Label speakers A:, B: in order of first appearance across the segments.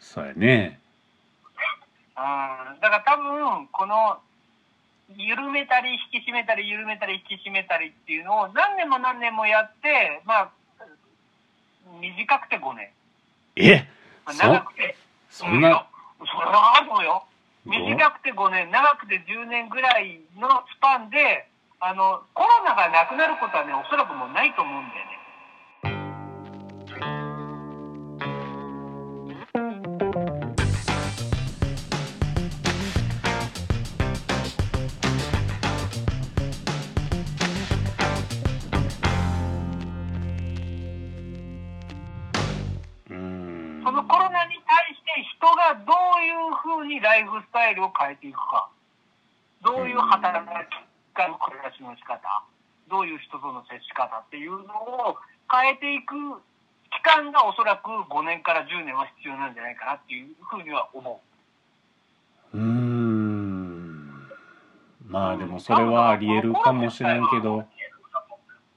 A: そうやね。
B: うん、だから多分、この、緩めたり引き締めたり緩めたり引き締めたりっていうのを何年も何年もやって、まあ、短くて5年。
A: え
B: まあ
A: そ
B: 長くて。
A: そんな、
B: うん。それはあるのよ。短くて5年、長くて10年ぐらいのスパンで、あの、コロナがなくなることはね、おそらくもうないと思うんだよね。
A: うーん
B: そのコロナに対して人がどういうふうにライフスタイルを変えていくか、どういう働き方の暮らしの仕方、どういう人との接し方っていうのを変えていく期間がおそらく5年から10年は必要なんじゃないかなっていうふうには思う。
A: うーん。まあでもそれはあり得るかもしれんけど。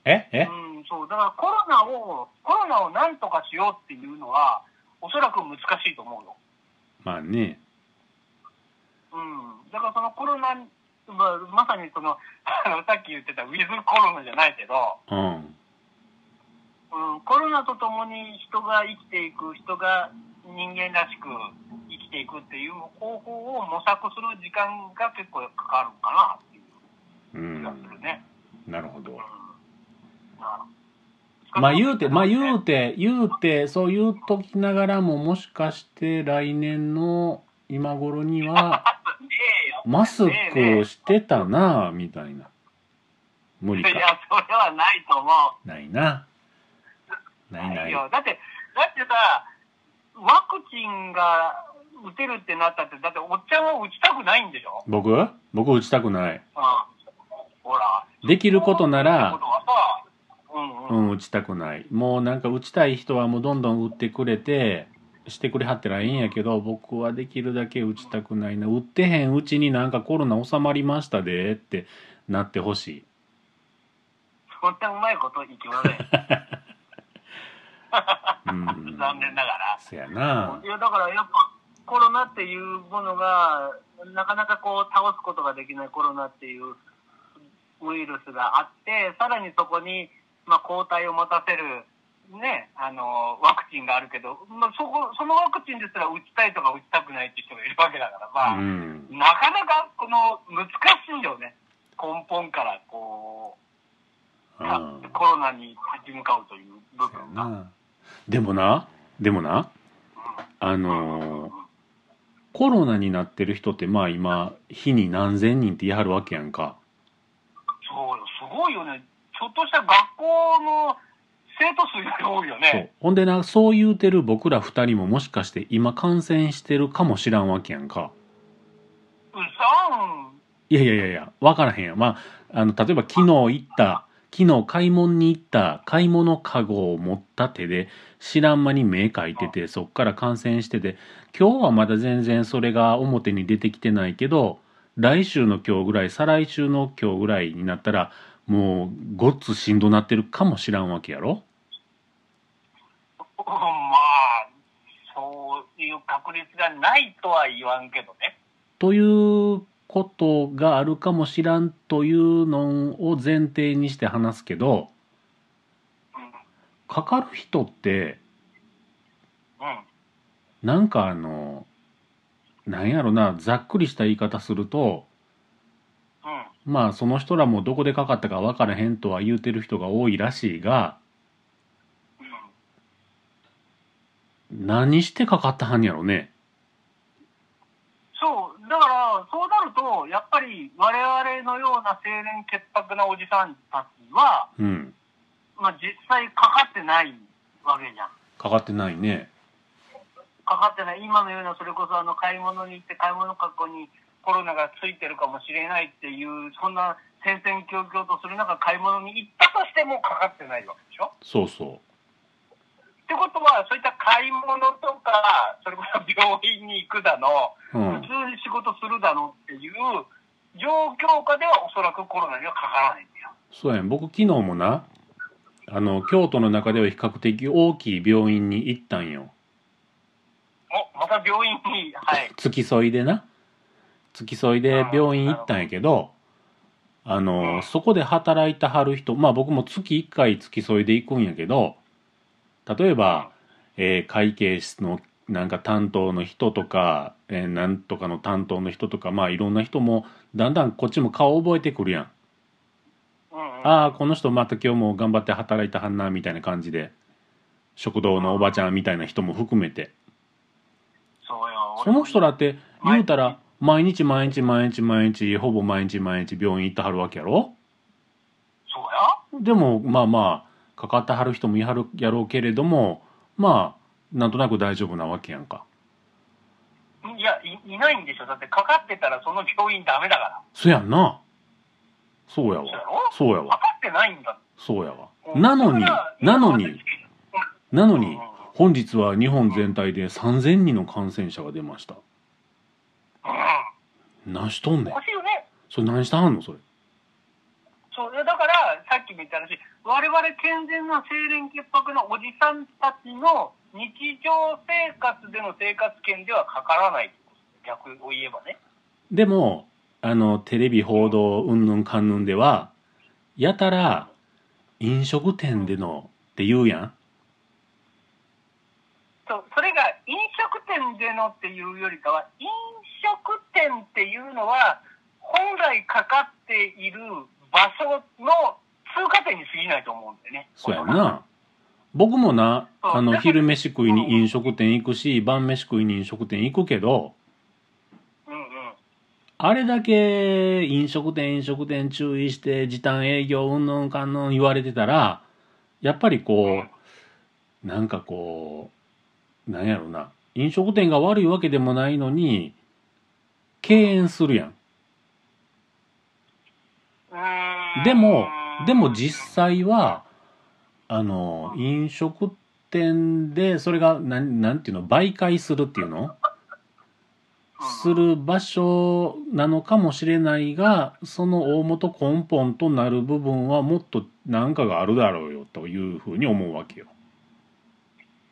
A: ええ
B: うん、そう。だからコロナを、コロナをなんとかしようっていうのは、おそらく難しいと思うよ。
A: まあね。
B: うん、だからそのコロナ、まあ、まさにその あのさっき言ってたウィズコロナじゃないけど、
A: うん。
B: うん、コロナとともに人が生きていく人が人間らしく生きていくっていう方法を模索する時間が結構かかるのかなってい
A: う
B: う気
A: ん
B: が。するね。
A: なるほど
B: うん。なる
A: まあ言うて、まあ言う
B: て、
A: て、言うて、そう言うときながらも、もしかして来年の今頃には、
B: ねえよ
A: マスクをしてたなぁ、みたいな。無理
B: い
A: か。
B: や、それはないと思う。
A: ないな。ないない。
B: よ。だって、だってさ、ワクチンが打てるってなったって、だっておっちゃんは打ちたくないんでしょ
A: 僕僕打ちたくない。
B: うん。ほら。
A: できることなら
B: ってことはさうんうん。
A: うん、打ちたくない。もうなんか打ちたい人はもうどんどん打ってくれて、してくれはったらええんやけど、僕はできるだけ打ちたくないな。打ってへんうちになんかコロナ収まりましたでってなってほしい。
B: そんなうまいこといきません。
A: うん。
B: 残念なが
A: そや
B: ら
A: な。
B: いや、だからやっぱ、コロナっていうものが、なかなかこう、倒すことができないコロナっていうウイルスがあって、さらにそこに、まあ、抗体を持たせる、ね、あの、ワクチンがあるけど、まあ、そこ、そのワクチンですら打ちたいとか打ちたくないって人がいるわけだから、
A: う
B: まあ、
A: ん。
B: なかなか、この、難しいよね。根本から、こう、
A: うん。
B: コロナに立ち向かうという部
A: そや
B: 分が。
A: な。でもな、でもな、あのーコロナになってる人ってまあ今、日に何千人って言い張るわけやんか。
B: そうよ、すごいよね。ちょっとした学校の生徒数より多いよ
A: そう
B: ね。
A: ほんでなそう言うてる僕ら二人ももしかして今感染してるかもしらんわけやんか
B: うさん。
A: いやいやいやいや分からへんやんまああの例えば昨日行った昨日買い物に行った買い物かごを持った手で知らん間に目かいててそっから感染してて今日はまだ全然それが表に出てきてないけど来週の今日ぐらい再来週の今日ぐらいになったらもうごっつしんどなってるかもしらんわけやろ
B: うんまあ、そういう確率がないとは言わんけどね。
A: ということがあるかもしらんというのを前提にして話すけど
B: う
A: かかる人って
B: ん。うん。
A: なんかあのなんやろなざっくりした言い方すると
B: うん。
A: まあその人らもどこでかかったか分からへんとは言うてる人が多いらしいが何してかかったはんやろね。
B: そう、だから、そうなると、やっぱり我々のような清廉潔白なおじさんたちは、
A: うん、
B: まあ実際かかってないわけじゃん。
A: かかってないね。
B: かかってない今のようなそれこそあの買い物に行って買い物かごにコロナがついてるかもしれないっていうそんな戦々恐々とする中買い物に行ったとしてもかかってないわけでしょ
A: そうそ
B: ってことはそういった買い物とかそれこそ病院に行くだの
A: う。う
B: 普
A: ん
B: 通、に仕事するだのっていう状況下ではおそらくコロナにはかからないんだよ。
A: そうやん僕昨日もなあの京都の中では比較的大きい病院に行ったんよ。
B: おまた病院に、はい、
A: 付き添いでな付き添いで病院行ったんやけどあ
B: うん
A: のそこで働いてはる人まあ僕も月1回付き添いで行くんやけど例えば、えー会計室のなんか担当の人とか、えーなんとかの担当の人とかまあいろんな人もだんだんこっちも顔覚えてくるやん
B: うんうん、
A: ああこの人また今日も頑張って働いたはんなみたいな感じで食堂のおばちゃんみたいな人も含めて
B: そうよ
A: その人だ
B: っ
A: って言うたら毎日毎日毎日毎日ほぼ毎日毎日病院行ってはるわけやろ
B: そうや
A: でもまあまあかかってはる人もいはるやろうけれどもまあなんとなく大丈夫なわけやんか
B: いやい、いないんでしょ。だってかかってたらその病院ダメだか
A: そやんなそうや
B: ら。そうや
A: わ
B: ろ
A: そうや
B: か
A: わ
B: かってないんだ。
A: そうやわ
B: うん
A: なのに
B: だか
A: な
B: ら
A: のになの
B: うん
A: に本日は日本全体で3000人の感染者が出ました
B: う
A: 何しとん
B: ん。
A: ねん
B: おかしいよね。
A: それ何したんのそれ
B: そう、いやだから、さっきも言った話、我々健全な清廉潔白のおじさんたちの日常生活での生活圏ではかからない。逆を言えばね。
A: でもあのテレビ報道うんぬんかんぬんではやたら飲食店でのって言うやん
B: そう、それが飲食店でのっていうよりかは、飲食店っていうのは、本来かかっている場所の通過点に過ぎないと思うんだよね。
A: そうやん。な僕もな
B: そう
A: あ
B: だ
A: の
B: から
A: 昼飯食いに飲食店行くし晩飯食いに飲食店行くけど
B: うんうん。
A: あれだけ飲食店飲食店注意して時短営業うんぬんかんぬん言われてたらやっぱりこうなんかこうなんやろな飲食店が悪いわけでもないのに敬遠するやん
B: うーん
A: でもでも実際はあの飲食店でそれがなんなんていうの媒介するっていうのする場所なのかもしれないがその大元根本となる部分はもっと何かがあるだろうよというふうに思うわけよ。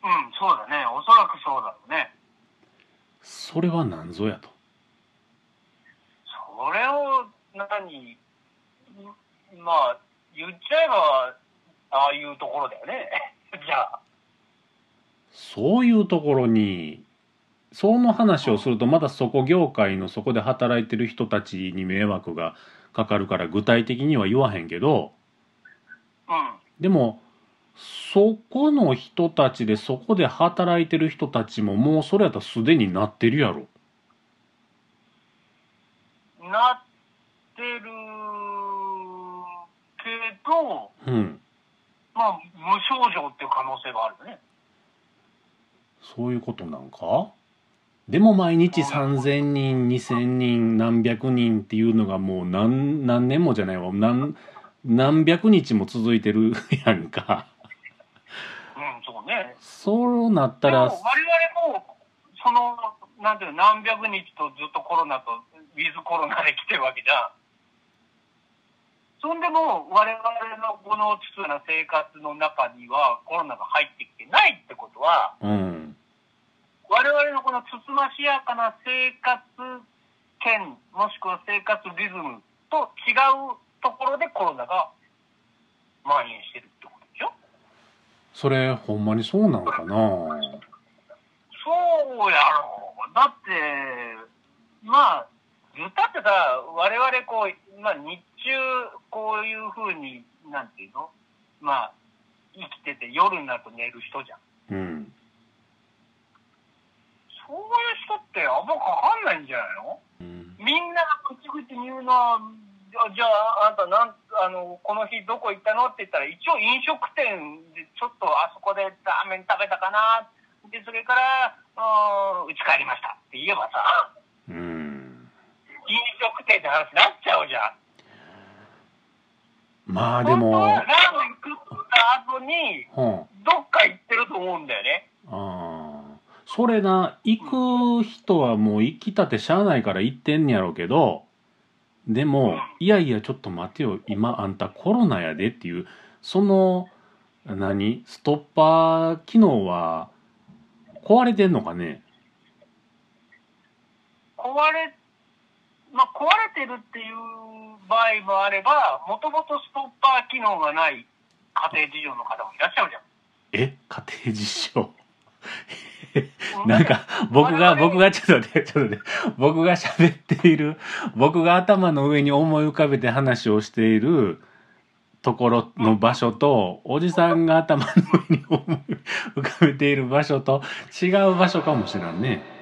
B: うん、そうだね。おそらくそうだろうね。
A: それは何ぞやと。
B: それを何、まあ、言っちゃえば、ああいうところだよね。 じゃあ。
A: そういうところにその話をするとまだそこ業界のそこで働いてる人たちに迷惑がかかるから具体的には言わへんけど
B: うん。
A: でもそこの人たちでそこで働いてる人たちももうそれやったらすでになってるやろ。
B: なってるけど、
A: うん、
B: まあ、無症状っていう可能性があるよね。
A: そういうことなんかでも毎日3,000人2,000人何百人っていうのがもう何何年もじゃないわ何何百日も続いてるやんか。
B: うん、そうね。
A: そうなった
B: で
A: ら
B: も、我々も、その、なんていうの、何百日とずっとコロナと、ウィズコロナで来てるわけじゃん。そんでも、我々のこの秩序な生活の中には、コロナが入ってきてないってことは、
A: うん
B: 我々のこのつつましやかな生活圏、もしくは生活リズムと違うところでコロナが蔓延してるってことでしょ
A: それほんまにそうなんかな
B: そうやろう。だって、まあ、言ったってさ、我々こう、まあ日中、こういうふうに、なんていうのまあ、生きてて夜になると寝る人じゃん。
A: うん
B: そういう人ってあんまかかんないんじゃないの
A: うん
B: みんなが口々に言うのは、じゃあ、あんたなんあの、この日どこ行ったのって言ったら、一応飲食店で、ちょっとあそこでラーメン食べたかな、で、それから、うーん、うち帰りましたって言えばさ、
A: うん
B: 飲食店って話になっちゃうじゃん。
A: まあでも
B: 本当はラーメン食った
A: うん
B: 後に、どっか行ってると思うんだよね。
A: あーそれな行く人はもう行きたてしゃあないから行ってんやろうけどでもいやいやちょっと待てよ今あんたコロナやでっていうその何ストッパー機能は壊れてんのかね
B: 壊れ、まあ、壊れてるっていう場合もあれば、もともとストッパー機能がない家庭事情の方もいらっしゃるじゃん。
A: え家庭実証
B: うん
A: なんか僕が
B: 我々
A: 僕がちょっと待ってちょっと待って僕が喋っている僕が頭の上に思い浮かべて話をしているところの場所とおじさんが頭の上に思い浮かべている場所と違う場所かもしらんね。